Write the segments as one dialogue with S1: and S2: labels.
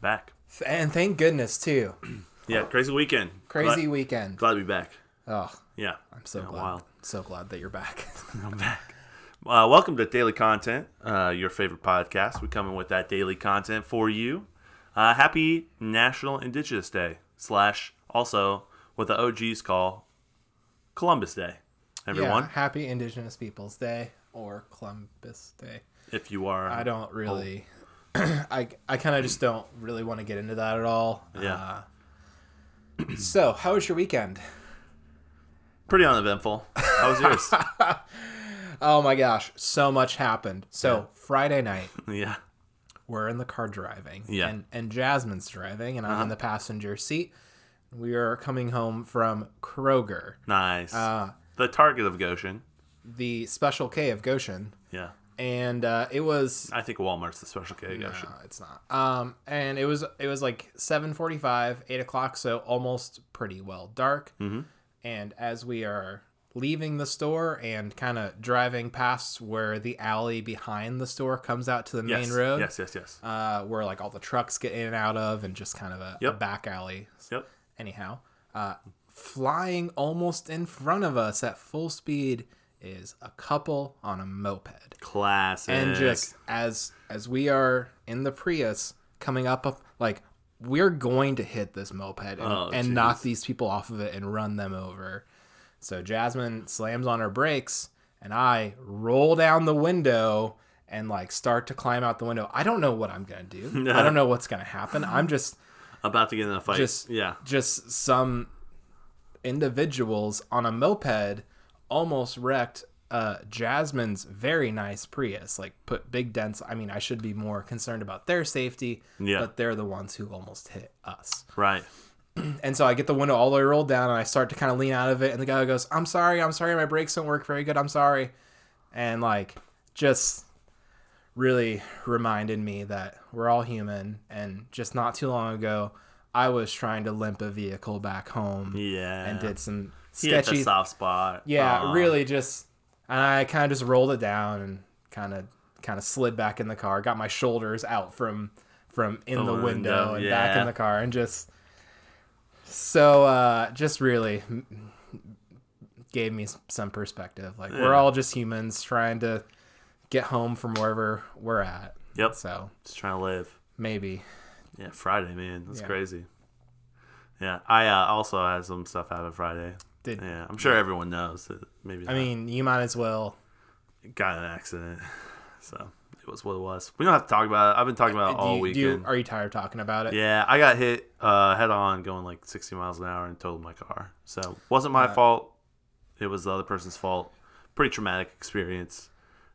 S1: back.
S2: And thank goodness too.
S1: Yeah, crazy weekend.
S2: Crazy
S1: Glad,
S2: weekend.
S1: glad to be back.
S2: Oh,
S1: Yeah,
S2: I'm so
S1: Been a
S2: glad.
S1: while.
S2: So glad that you're back.
S1: I'm back. Uh, welcome to Daily Content, uh, your favorite podcast. We come in with that daily content for you. Uh, happy National Indigenous Day slash also what the OGs call Columbus Day. Everyone,
S2: Yeah, happy Indigenous Peoples Day or Columbus Day.
S1: if you are,
S2: I don't really. I I kind of just don't really want to get into that at all.
S1: Yeah.
S2: Uh, so, how was your weekend?
S1: pretty uneventful. How was yours?
S2: Oh my gosh, so much happened. So
S1: Yeah.
S2: Friday night,
S1: yeah,
S2: we're in the car driving.
S1: Yeah. Uh-huh.
S2: And, and Jasmine's driving, and I'm in the passenger seat. We are coming home from Kroger,
S1: nice.
S2: Uh,
S1: the target of Goshen.
S2: the special K of Goshen,
S1: Yeah,
S2: and uh, it was.
S1: I think Walmart's the special K of Goshen.
S2: No, it's not. Um, and it was it was like seven forty five, eight o'clock, so almost pretty well dark. Mm-hmm. And as we are leaving the store and kind of driving past where the alley behind the store comes out to the
S1: Yes,
S2: main road,
S1: yes, yes, yes.
S2: uh, where like all the trucks get in and out of, and just kind of a, a
S1: Yep.
S2: back alley.
S1: Yep.
S2: Anyhow, uh, flying almost in front of us at full speed is a couple on a moped
S1: Classic.
S2: and just as as we are in the Prius coming up, up like we're going to hit this moped and,
S1: Oh,
S2: and
S1: jeez.
S2: knock these people off of it and run them over. So Jasmine slams on her brakes and I roll down the window and like start to climb out the window. I don't know what I'm gonna do. I don't know what's gonna happen. I'm just
S1: about to get in a fight.
S2: just
S1: yeah.
S2: just some individuals on a moped almost wrecked uh Jasmine's very nice Prius like put big dents I mean I should be more concerned about their safety
S1: Yeah.
S2: but they're the ones who almost hit us
S1: Right.
S2: and so I get the window all the way rolled down and I start to kind of lean out of it and the guy goes I'm sorry I'm sorry my brakes don't work very good I'm sorry and like just really reminded me that we're all human and just not too long ago I was trying to limp a vehicle back home
S1: Yeah.
S2: and did some
S1: He hit
S2: sketchy
S1: the soft spot.
S2: yeah
S1: Aw.
S2: really just and I kind of just rolled it down and kind of kind of slid back in the car got my shoulders out from from in the,
S1: The
S2: window,
S1: window,
S2: and back
S1: yeah.
S2: in the car and just so uh just really m- gave me s- some perspective like we're
S1: Yeah.
S2: all just humans trying to get home from wherever we're at
S1: Yep.
S2: so
S1: Just trying to live.
S2: maybe
S1: Yeah. Friday, man. That's
S2: Yeah.
S1: crazy. Yeah. I uh, also had some stuff happen Friday.
S2: did
S1: Yeah. I'm sure everyone knows. That maybe
S2: I mean you might as well
S1: got in an accident. So it was what it was. We don't have to talk about it. I've been talking about it
S2: do
S1: all
S2: you, do you-
S1: weekend.
S2: are you tired of talking about it
S1: yeah. I got hit uh, head on going like 60 miles an hour and totaled my car. So wasn't my fault. It was the other person's fault. Pretty traumatic experience.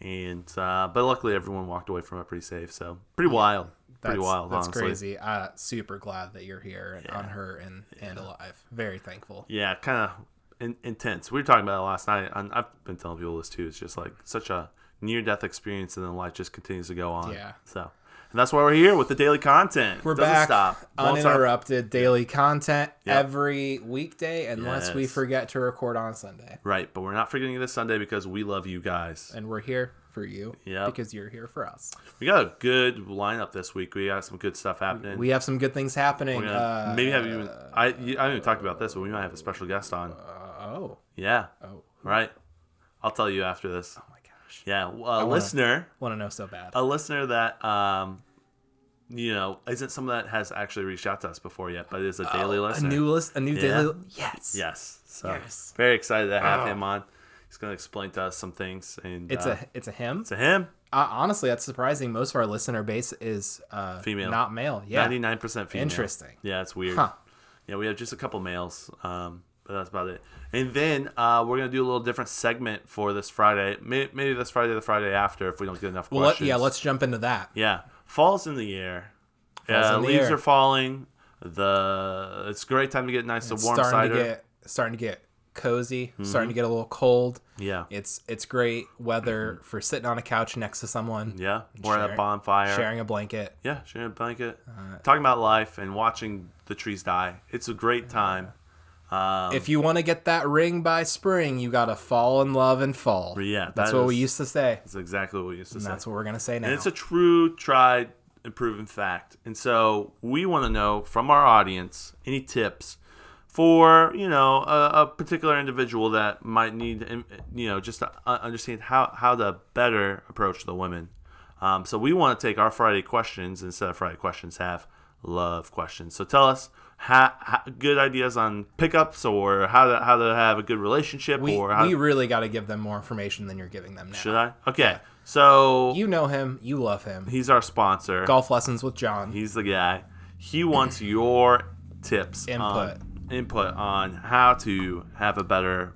S1: And uh, but luckily everyone walked away from it pretty safe. So pretty wild. Pretty wild.
S2: That's
S1: honestly.
S2: crazy. Uh, super glad that you're here and on her and, and alive. Very thankful.
S1: yeah, kind of in, intense. We were talking about it last night, and I've been telling people this too. It's just like such a near death experience, and then life just continues to go on.
S2: Yeah.
S1: So, and that's why we're here with the daily content.
S2: We're
S1: Doesn't
S2: back,
S1: Stop. Won't stop.
S2: uninterrupted daily content
S1: Yep.
S2: every weekday, unless we
S1: Yes.
S2: forget to record on Sunday.
S1: Right, but we're not forgetting you this Sunday because we love you guys.
S2: And we're here for you
S1: Yep.
S2: because you're here for us.
S1: We got a good lineup this week. We got some good stuff happening.
S2: We have some good things happening.
S1: We're gonna-
S2: uh,
S1: maybe have even I you, I haven't even talked about this, but we might have a special guest on.
S2: oh,
S1: Yeah,
S2: oh,
S1: right. I'll tell you after this.
S2: oh my gosh.
S1: Yeah, a listener.
S2: Want to know so bad.
S1: a listener that um you know isn't someone that has actually reached out to us before yet but is a daily
S2: Oh, a
S1: listener
S2: new list, a new daily. Yes.
S1: yes so
S2: Yes.
S1: very excited to have
S2: Oh.
S1: him on he's going to explain to us some things and
S2: It's
S1: uh,
S2: a it's a him.
S1: it's a him
S2: Uh, honestly, that's surprising. Most of our listener base is uh,
S1: Female.
S2: not male. Yeah,
S1: 99% female
S2: Interesting.
S1: yeah it's weird
S2: Huh.
S1: yeah we have just a couple males um but that's about it and then uh we're going to do a little different segment for this friday maybe, maybe this friday or the friday after if we don't get enough
S2: Well, let,
S1: questions
S2: yeah, let's jump into that.
S1: Yeah, falls in the air.
S2: Falls
S1: uh,
S2: in the
S1: leaves
S2: air.
S1: are falling. The it's a great time to get nice to warm
S2: starting
S1: cider. Mm-hmm.
S2: to get starting to get cozy, starting to get a little cold.
S1: yeah, Mm-hmm.
S2: It's it's great weather for sitting on a couch next to someone,
S1: yeah. We're at a
S2: Sharing-
S1: bonfire.
S2: sharing Uh, a blanket.
S1: Yeah, sharing a blanket, talking about life and watching the trees die. It's a
S2: uh,
S1: great time. Um,
S2: If you want to get that ring by spring, you gotta fall in love and fall.
S1: Yeah,
S2: that's
S1: that
S2: what
S1: is-
S2: we used to say.
S1: that's exactly what we used to
S2: And
S1: say.
S2: that's what we're gonna say now.
S1: And it's a true, tried, and proven fact. And so we want to know from our audience any tips for you know a, a particular individual that might need um, you know just to uh, understand how how to better approach the women. Um, so we want to take our Friday questions instead of Friday questions have love questions. So tell us. Ha, ha, good ideas on pickups or how to, how to have a good relationship
S2: We,
S1: or how
S2: we really got to give them more information than you're giving them now.
S1: should I? Okay. So
S2: You know him. You love him.
S1: he's our sponsor.
S2: Golf lessons with John.
S1: He's the guy. He wants your tips
S2: Input.
S1: on, input on how to have a better.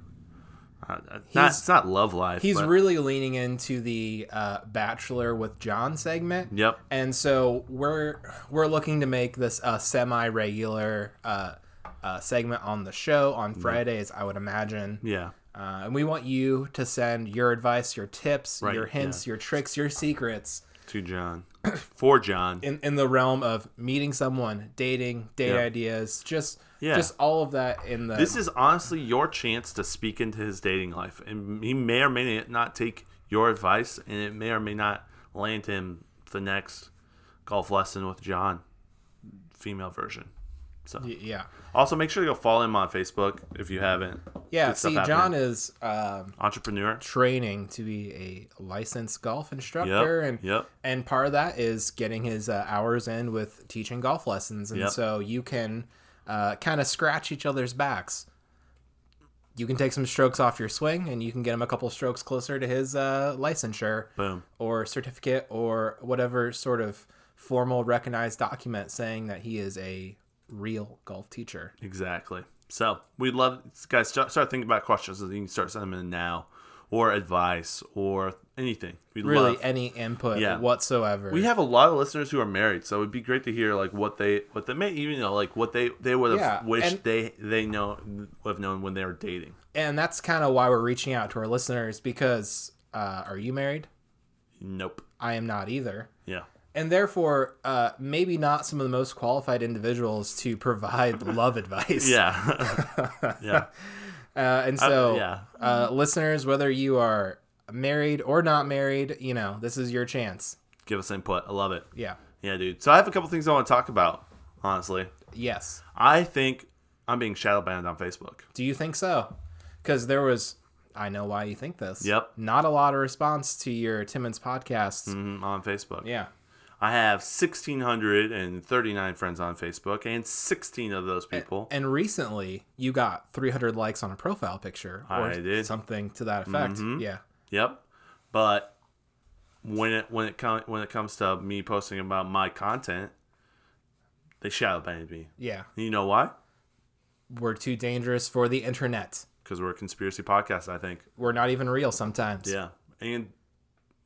S1: Uh, not,
S2: He's-
S1: it's not love life.
S2: He's
S1: but-
S2: really leaning into the uh, Bachelor with John segment.
S1: Yep.
S2: And so we're we're looking to make this a semi-regular uh, uh, segment on the show on Fridays, I would imagine.
S1: Yeah.
S2: Uh, and we want you to send your advice, your tips,
S1: Right,
S2: your hints, your tricks, your secrets
S1: To John. For John.
S2: in, in the realm of meeting someone, dating, date
S1: Yeah.
S2: ideas, just
S1: Yeah.
S2: just all of that in the
S1: This is honestly your chance to speak into his dating life, and he may or may not take your advice, and it may or may not land him the next golf lesson with John, female version. So
S2: y- yeah.
S1: Also, make sure to go follow him on Facebook if you haven't.
S2: Yeah,
S1: Good stuff
S2: see
S1: happening.
S2: John is um,
S1: Entrepreneur.
S2: training to be a licensed golf instructor and
S1: yep.
S2: and part of that is getting his uh, hours in with teaching golf lessons and
S1: Yep.
S2: so you can uh, kind of scratch each other's backs you can take some strokes off your swing and you can get him a couple strokes closer to his uh, licensure
S1: Boom.
S2: or certificate or whatever sort of formal recognized document saying that he is a real golf teacher
S1: Exactly. So we'd love guys start, start thinking about questions. and You can start sending them in now, or advice, or anything. We'd
S2: really
S1: love.
S2: any input
S1: Yeah.
S2: whatsoever
S1: We have a lot of listeners who are married, so it'd be great to hear like what they, what they may even know, like what they they would have
S2: Yeah,
S1: wished
S2: and-
S1: they they know would have known when they were dating.
S2: and that's kind of why we're reaching out to our listeners because uh, are you married
S1: Nope.
S2: i am not either
S1: Yeah.
S2: and therefore uh, maybe not some of the most qualified individuals to provide love advice.
S1: Yeah. yeah.
S2: Uh, and so,
S1: yeah.
S2: uh, listeners, whether you are married or not married, you know this is your chance.
S1: Give us input. I love it.
S2: Yeah.
S1: Yeah, dude. So I have a couple things I want to talk about. Honestly,
S2: Yes.
S1: I think I'm being shadow banned on Facebook.
S2: Do you think so? Because there was, I know why you think this.
S1: Yep.
S2: Not a lot of response to your Timmons podcast.
S1: Mm, on Facebook.
S2: Yeah.
S1: I have 1,639 friends on Facebook, and 16 of those people.
S2: And recently, you got 300 likes on a profile picture or
S1: I did. Mm-hmm.
S2: something to that effect. Yeah.
S1: yep. But when it when it com- when it comes to me posting about my content, they shadow banned me.
S2: Yeah.
S1: And you know why?
S2: We're too dangerous for the internet.
S1: Because we're a conspiracy podcast. I think.
S2: we're not even real sometimes.
S1: Yeah. And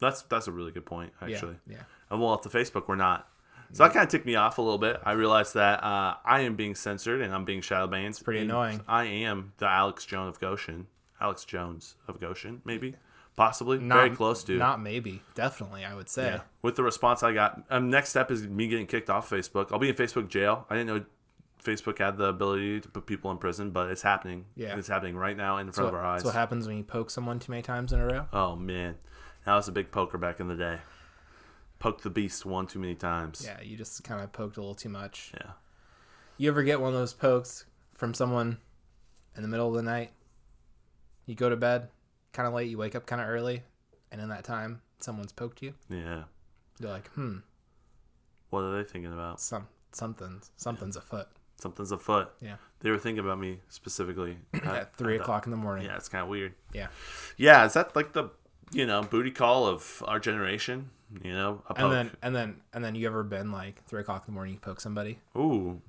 S1: that's that's a really good point,
S2: Yeah.
S1: actually.
S2: yeah.
S1: and well, off the Facebook, we're not. So that kind of ticked me off a little bit. I realized that uh, I am being censored and I'm being shadow banned. It's
S2: pretty annoying.
S1: I am the Alex Jones of Goshen. Alex Jones of Goshen, maybe, possibly,
S2: Not,
S1: very close to.
S2: Not maybe. Definitely, I would say.
S1: Yeah. With the response I got, um, next step is me getting kicked off Facebook. I'll be in Facebook jail. I didn't know Facebook had the ability to put people in prison, but it's happening.
S2: Yeah.
S1: it's happening right now in front
S2: That's
S1: of our
S2: what,
S1: eyes.
S2: that's what happens when you poke someone too many times in a row.
S1: oh man, I was a big poker back in the day. Poked the beast one too many times.
S2: Yeah, you just kind of poked a little too much.
S1: yeah.
S2: You ever get one of those pokes from someone in the middle of the night? You go to bed kind of late, you wake up kind of early, and in that time, someone's poked you.
S1: yeah.
S2: You're like, hmm,
S1: What are they thinking about?
S2: some something's something's afoot.
S1: Something's afoot.
S2: Yeah,
S1: They were thinking about me specifically. Uh, I-
S2: at three
S1: I thought-
S2: o'clock in the morning.
S1: Yeah, it's kind of weird.
S2: yeah.
S1: Yeah, is that like the you know booty call of our generation? You know, a poke.
S2: And then and then and then you ever been like three o'clock in the morning? You poke somebody.
S1: Ooh,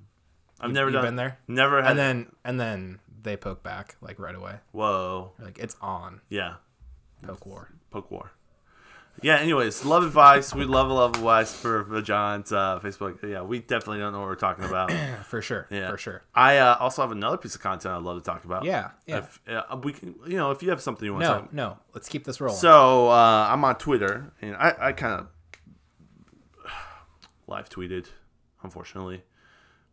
S1: I've never
S2: you
S1: done
S2: been there?
S1: Never had.
S2: and then and then they poke back like right away
S1: whoa,
S2: like it's on
S1: yeah,
S2: poke war
S1: poke war. Yeah. Anyways, love advice. We love love advice for, for John's uh, Facebook. Yeah, we definitely don't know what we're talking about.
S2: yeah for sure
S1: Yeah.
S2: for sure
S1: I uh, also have another piece of content I'd love to talk about.
S2: yeah yeah
S1: If, uh, we can, you know, if you have something you want to talk
S2: no no let's keep this rolling
S1: So uh, I'm on Twitter, and I, I kind of live tweeted, unfortunately,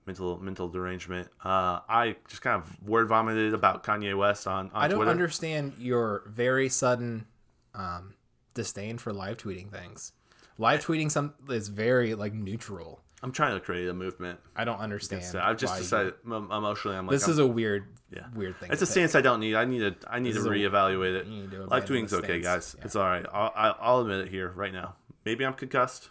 S1: mental mental derangement. Uh, I just kind of word vomited about Kanye West on on
S2: i don't
S1: Twitter.
S2: understand your very sudden um disdain for live tweeting things Live tweeting some is very like neutral.
S1: I'm trying to create a movement.
S2: I don't understand.
S1: So I've just
S2: why you-
S1: decided em- emotionally. I'm like
S2: This
S1: I'm-
S2: is a weird,
S1: Yeah.
S2: weird thing.
S1: It's
S2: to
S1: a stance I don't need. I need to. I need to
S2: is a-
S1: reevaluate it.
S2: need to
S1: Live
S2: abandon
S1: tweeting's
S2: the
S1: okay,
S2: stance.
S1: guys. It's all right. I'll, I'll- I'll admit it here right now. Maybe I'm concussed,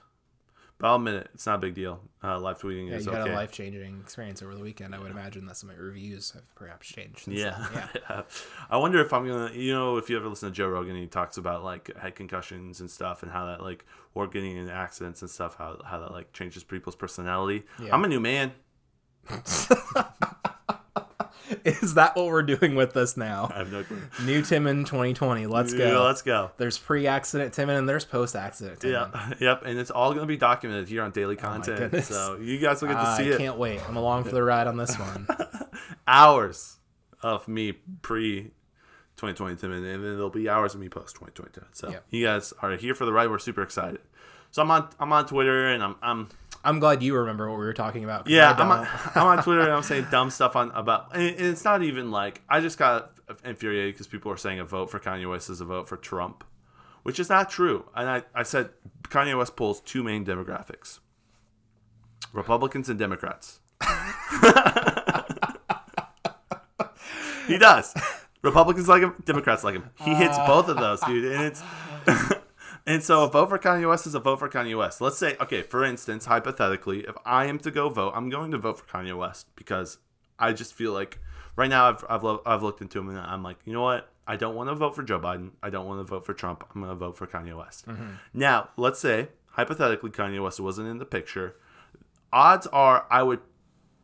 S1: but I'll admit it. It's not a big deal. Uh, live tweeting
S2: Yeah,
S1: is
S2: you had
S1: okay.
S2: a life changing experience over the weekend. I would imagine that some of your reviews have perhaps changed. since
S1: yeah.
S2: then. yeah.
S1: I wonder if I'm gonna. You know, if you ever listen to Joe Rogan, he talks about like head concussions and stuff, and how that like or getting in accidents and stuff, how how that like changes people's personality.
S2: Yeah.
S1: I'm a new man.
S2: Is that what we're doing with this now?
S1: I have no clue.
S2: New Timon 2020. Let's
S1: Yeah,
S2: go.
S1: let's go.
S2: There's pre-accident Timon and there's post-accident Timon.
S1: Yeah, Oh yep, and it's all gonna be documented here on daily content.
S2: goodness.
S1: so you guys will get to
S2: I
S1: see it.
S2: can't wait. I'm along for the ride on this one.
S1: hours of me pre 2020 and then there'll be hours of me post 2020 so
S2: Yep.
S1: you guys are here for the ride we're super excited so i'm on i'm on twitter and i'm i'm
S2: I'm glad you remember what we were talking about. 'cause
S1: yeah
S2: I
S1: i'm on,
S2: don't.
S1: I'm on twitter and i'm saying dumb stuff on about and, and it's not even like i just got infuriated because people are saying a vote for kanye west is a vote for trump which is not true and i i said kanye west pulls two main demographics republicans and democrats He does. Republicans like him, Democrats like him. He hits both of those, dude. And it's and so a vote for Kanye West is a vote for Kanye West. Let's say, okay, for instance, hypothetically, if I am to go vote, I'm going to vote for Kanye West because I just feel like right now I've I've, lo- I've looked into him and I'm like, you know what? I don't want to vote for Joe Biden. I don't want to vote for Trump. I'm going to vote for Kanye West. Now, let's say hypothetically Kanye West wasn't in the picture. Odds are I would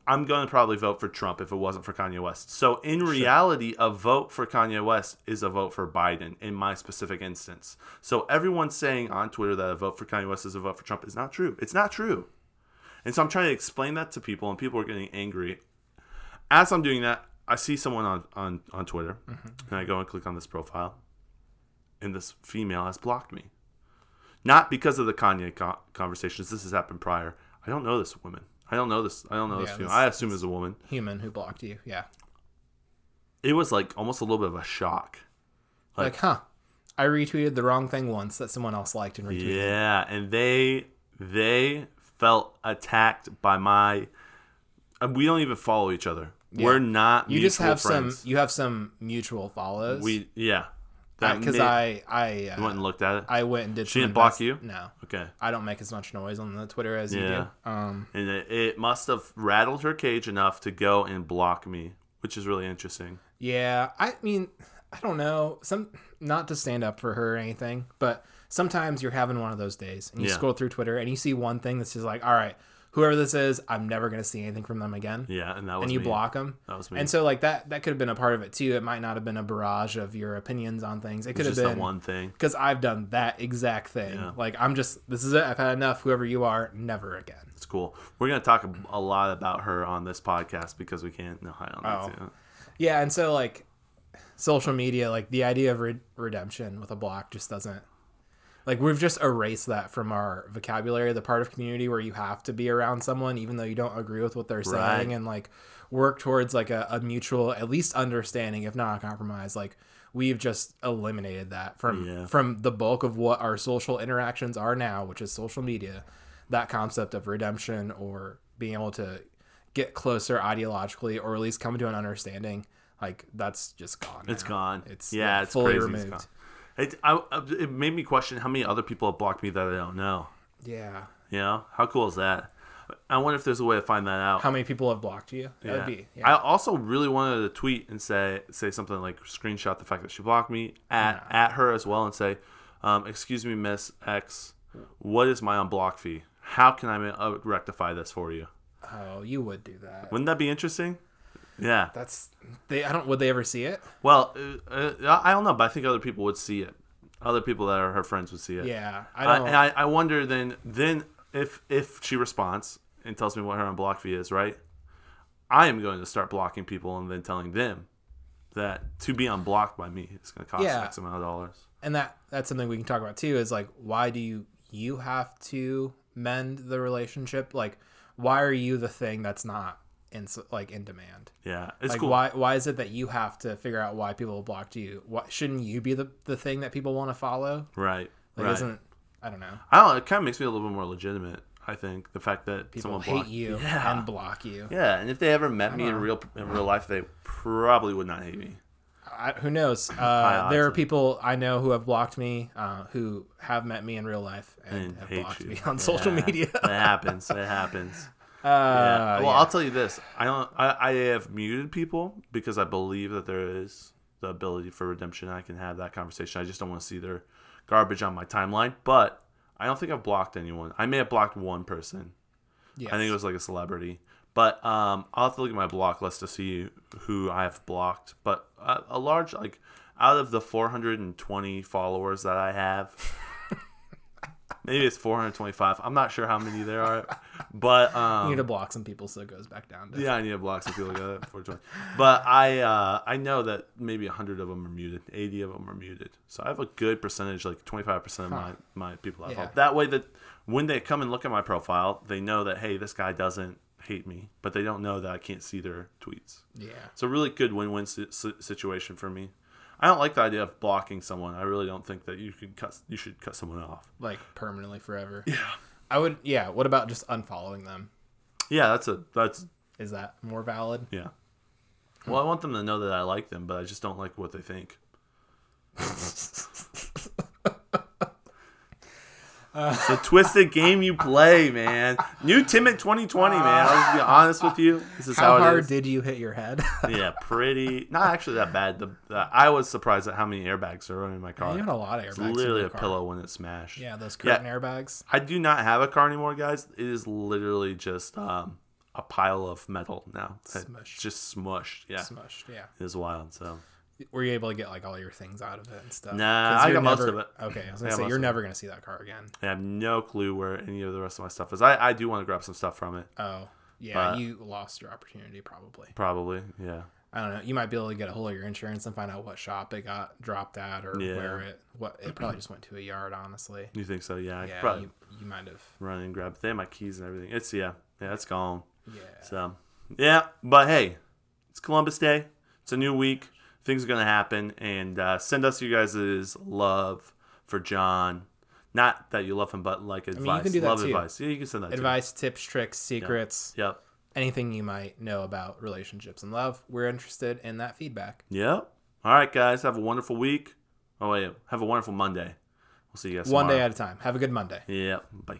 S1: I'm going to probably vote for Trump if it wasn't for Kanye West. So in reality, a vote for Kanye West is a vote for Biden in my specific instance. So everyone saying on Twitter that a vote for Kanye West is a vote for Trump is not true. It's not true. And so I'm trying to explain that to people, and people are getting angry. As I'm doing that, I see someone on on on Twitter,
S2: Mm-hmm.
S1: and I go and click on this profile, and this female has blocked me. Not because of the Kanye co- conversations. This has happened prior. I don't know this woman. I don't know this. I don't know this
S2: Yeah,
S1: female.
S2: this-
S1: I assume it's a woman.
S2: human who blocked you. Yeah.
S1: It was like almost a little bit of a shock.
S2: Like, huh? I retweeted the wrong thing once that someone else liked and retweeted.
S1: Yeah, and they they felt attacked by my. and we don't even follow each other. We're not.
S2: You just
S1: mutual
S2: have
S1: friends.
S2: some. You have some mutual follows.
S1: We yeah. That
S2: because
S1: may-
S2: I I uh,
S1: went and looked at it.
S2: I went and did. She
S1: didn't block you?
S2: No,
S1: okay,
S2: I don't make as much noise on the Twitter as
S1: Yeah.
S2: you do. Um,
S1: and it, it must have rattled her cage enough to go and block me, which is really interesting.
S2: yeah. I mean, I don't know. Some not to stand up for her or anything, but sometimes you're having one of those days, and you
S1: Yeah.
S2: scroll through Twitter and you see one thing that's just like, all right, whoever this is, I'm never gonna see anything from them again.
S1: Yeah, and that was
S2: and you
S1: me.
S2: block them.
S1: That was me.
S2: And so like that that could have been a part of it too. It might not have been a barrage of your opinions on things. It could have
S1: just
S2: been
S1: the one thing.
S2: because I've done that exact thing. Like I'm just this is it. I've had enough. Whoever you are, never again.
S1: It's cool. We're gonna talk a, a lot about her on this podcast because we can't. No, I don't need
S2: Oh.
S1: to.
S2: Yeah, and so like social media, like the idea of re- redemption with a block just doesn't. Like we've just erased that from our vocabulary. The part of community where you have to be around someone even though you don't agree with what they're saying, and like work towards like a, a mutual, at least understanding, if not a compromise. Like we've just eliminated that from
S1: Yeah.
S2: from the bulk of what our social interactions are now, which is social media. That concept of redemption or being able to get closer ideologically or at least come to an understanding, like that's just gone.
S1: It's gone.
S2: It's,
S1: yeah,
S2: like,
S1: it's
S2: fully
S1: crazy.
S2: removed.
S1: It's gone. It, I, I- it made me question how many other people have blocked me that I don't know.
S2: Yeah.
S1: You know, how cool is that? I wonder if there's a way to find that out.
S2: How many people have blocked you? That
S1: Yeah.
S2: would be. Yeah.
S1: I also really wanted to tweet and say say something like screenshot the fact that she blocked me at at her as well and say, um, "Excuse me, Miss X, what is my unblock fee? How can I uh, rectify this for you?
S2: oh, you would do that.
S1: Wouldn't that be interesting?" Yeah.
S2: That's they. I don't. Would they ever see it?
S1: Well, uh, uh, I don't know, but I think other people would see it. Other people that are her friends would see it.
S2: Yeah.
S1: I,
S2: I don't.
S1: and I, I wonder then then if if she responds and tells me what her unblock fee is, right? I am going to start blocking people and then telling them that to be unblocked by me is going to cost
S2: Yeah.
S1: X amount of dollars.
S2: and that that's something we can talk about too. Is like, why do you you have to mend the relationship? Like, why are you the thing that's not in s- like in demand?
S1: Yeah, it's
S2: Like
S1: cool.
S2: why why is it that you have to figure out why people blocked you? Why shouldn't you be the, the thing that people want to follow?
S1: right,
S2: Like
S1: right.
S2: isn't I don't know.
S1: I don't. know, It kind of makes me a little bit more legitimate. I think the fact that
S2: People
S1: someone
S2: hate
S1: blocked
S2: you
S1: Yeah.
S2: and block you.
S1: Yeah, and if they ever met me in real in real life, they probably would not hate me.
S2: I, who knows? Uh,
S1: odds
S2: there are
S1: of-
S2: people I know who have blocked me, uh, who have met me in real life and,
S1: And
S2: have
S1: hate
S2: blocked
S1: you
S2: me on social
S1: Yeah,
S2: media.
S1: It happens. It happens.
S2: Uh,
S1: Yeah.
S2: yeah.
S1: Well, I'll tell you this. I don't. I, I have muted people because I believe that there is the ability for redemption. I can have that conversation. I just don't want to see their garbage on my timeline. But I don't think I've blocked anyone. I may have blocked one person.
S2: Yes.
S1: I think it was like a celebrity. But um, I'll have to look at my block list to see who I have blocked. But a, a large like out of the 420 followers that I have, maybe it's 425. I'm not sure how many there are, but um,
S2: you need to block some people so it goes back down. To,
S1: yeah, I need to block some people like that. 420. But I uh, I know that maybe 100 of them are muted. 80 of them are muted. So I have a good percentage, like 25% of my, my people I
S2: Yeah.
S1: follow. That way that when they come and look at my profile, they know that, hey, this guy doesn't hate me. But they don't know that I can't see their tweets.
S2: yeah.
S1: It's a really good win-win si- si- situation for me. I don't like the idea of blocking someone. I really don't think that you can cut. You should cut someone off.
S2: Like permanently forever. Yeah. I would. Yeah. What about just unfollowing them?
S1: Yeah, that's a that's
S2: Is that more valid?
S1: yeah. Well, I want them to know that I like them, but I just don't like what they think. It's a twisted game you play, man. New Tim at 2020, man. I'll just be honest with you. This is
S2: How
S1: how, it
S2: hard
S1: is.
S2: did you hit your head?
S1: yeah, pretty. Not actually that bad. The, the- I was surprised at how many airbags are running in my car.
S2: you had a lot of airbags. in
S1: literally
S2: your
S1: a
S2: car.
S1: pillow when it smashed.
S2: Yeah, those curtain airbags.
S1: I do not have a car anymore, guys. It is literally just um, a pile of metal now. It's
S2: Smushed.
S1: Just smushed. Yeah.
S2: Smushed. Yeah.
S1: It is wild. So
S2: Were you able to get like all your things out of it and stuff?
S1: Nah,
S2: 'Cause
S1: I
S2: you're
S1: got most
S2: never-
S1: of it.
S2: Okay, I was
S1: I
S2: gonna
S1: got
S2: say
S1: most
S2: you're
S1: of it.
S2: never gonna see that car again.
S1: I have no clue where any of the rest of my stuff is. I, I do want to grab some stuff from it.
S2: Oh, yeah,
S1: But-
S2: you lost your opportunity probably.
S1: Probably. Yeah.
S2: I don't know. You might be able to get a hold of your insurance and find out what shop it got dropped at or
S1: Yeah.
S2: where it. What it probably just went to a yard, honestly.
S1: You think so? Yeah. I could
S2: Yeah,
S1: probably
S2: you, you might have.
S1: run and grab. They have my keys and everything. It's, yeah. Yeah, it's gone.
S2: Yeah.
S1: So, yeah. But hey, it's Columbus Day. It's a new week. Things are going to happen. And uh, send us you guys' love for John. Not that you love him, but like advice.
S2: mean, you can do that
S1: love
S2: too.
S1: advice. Yeah, you can send that
S2: Advice, tips, tricks, secrets,
S1: too. Yep.
S2: anything you might know about relationships and love. We're interested in that feedback.
S1: Yep. All right, guys. Have a wonderful week. Oh, yeah. Have a wonderful Monday. We'll see you guys
S2: One day
S1: tomorrow.
S2: at a time. Have a good Monday.
S1: Yep. Bye.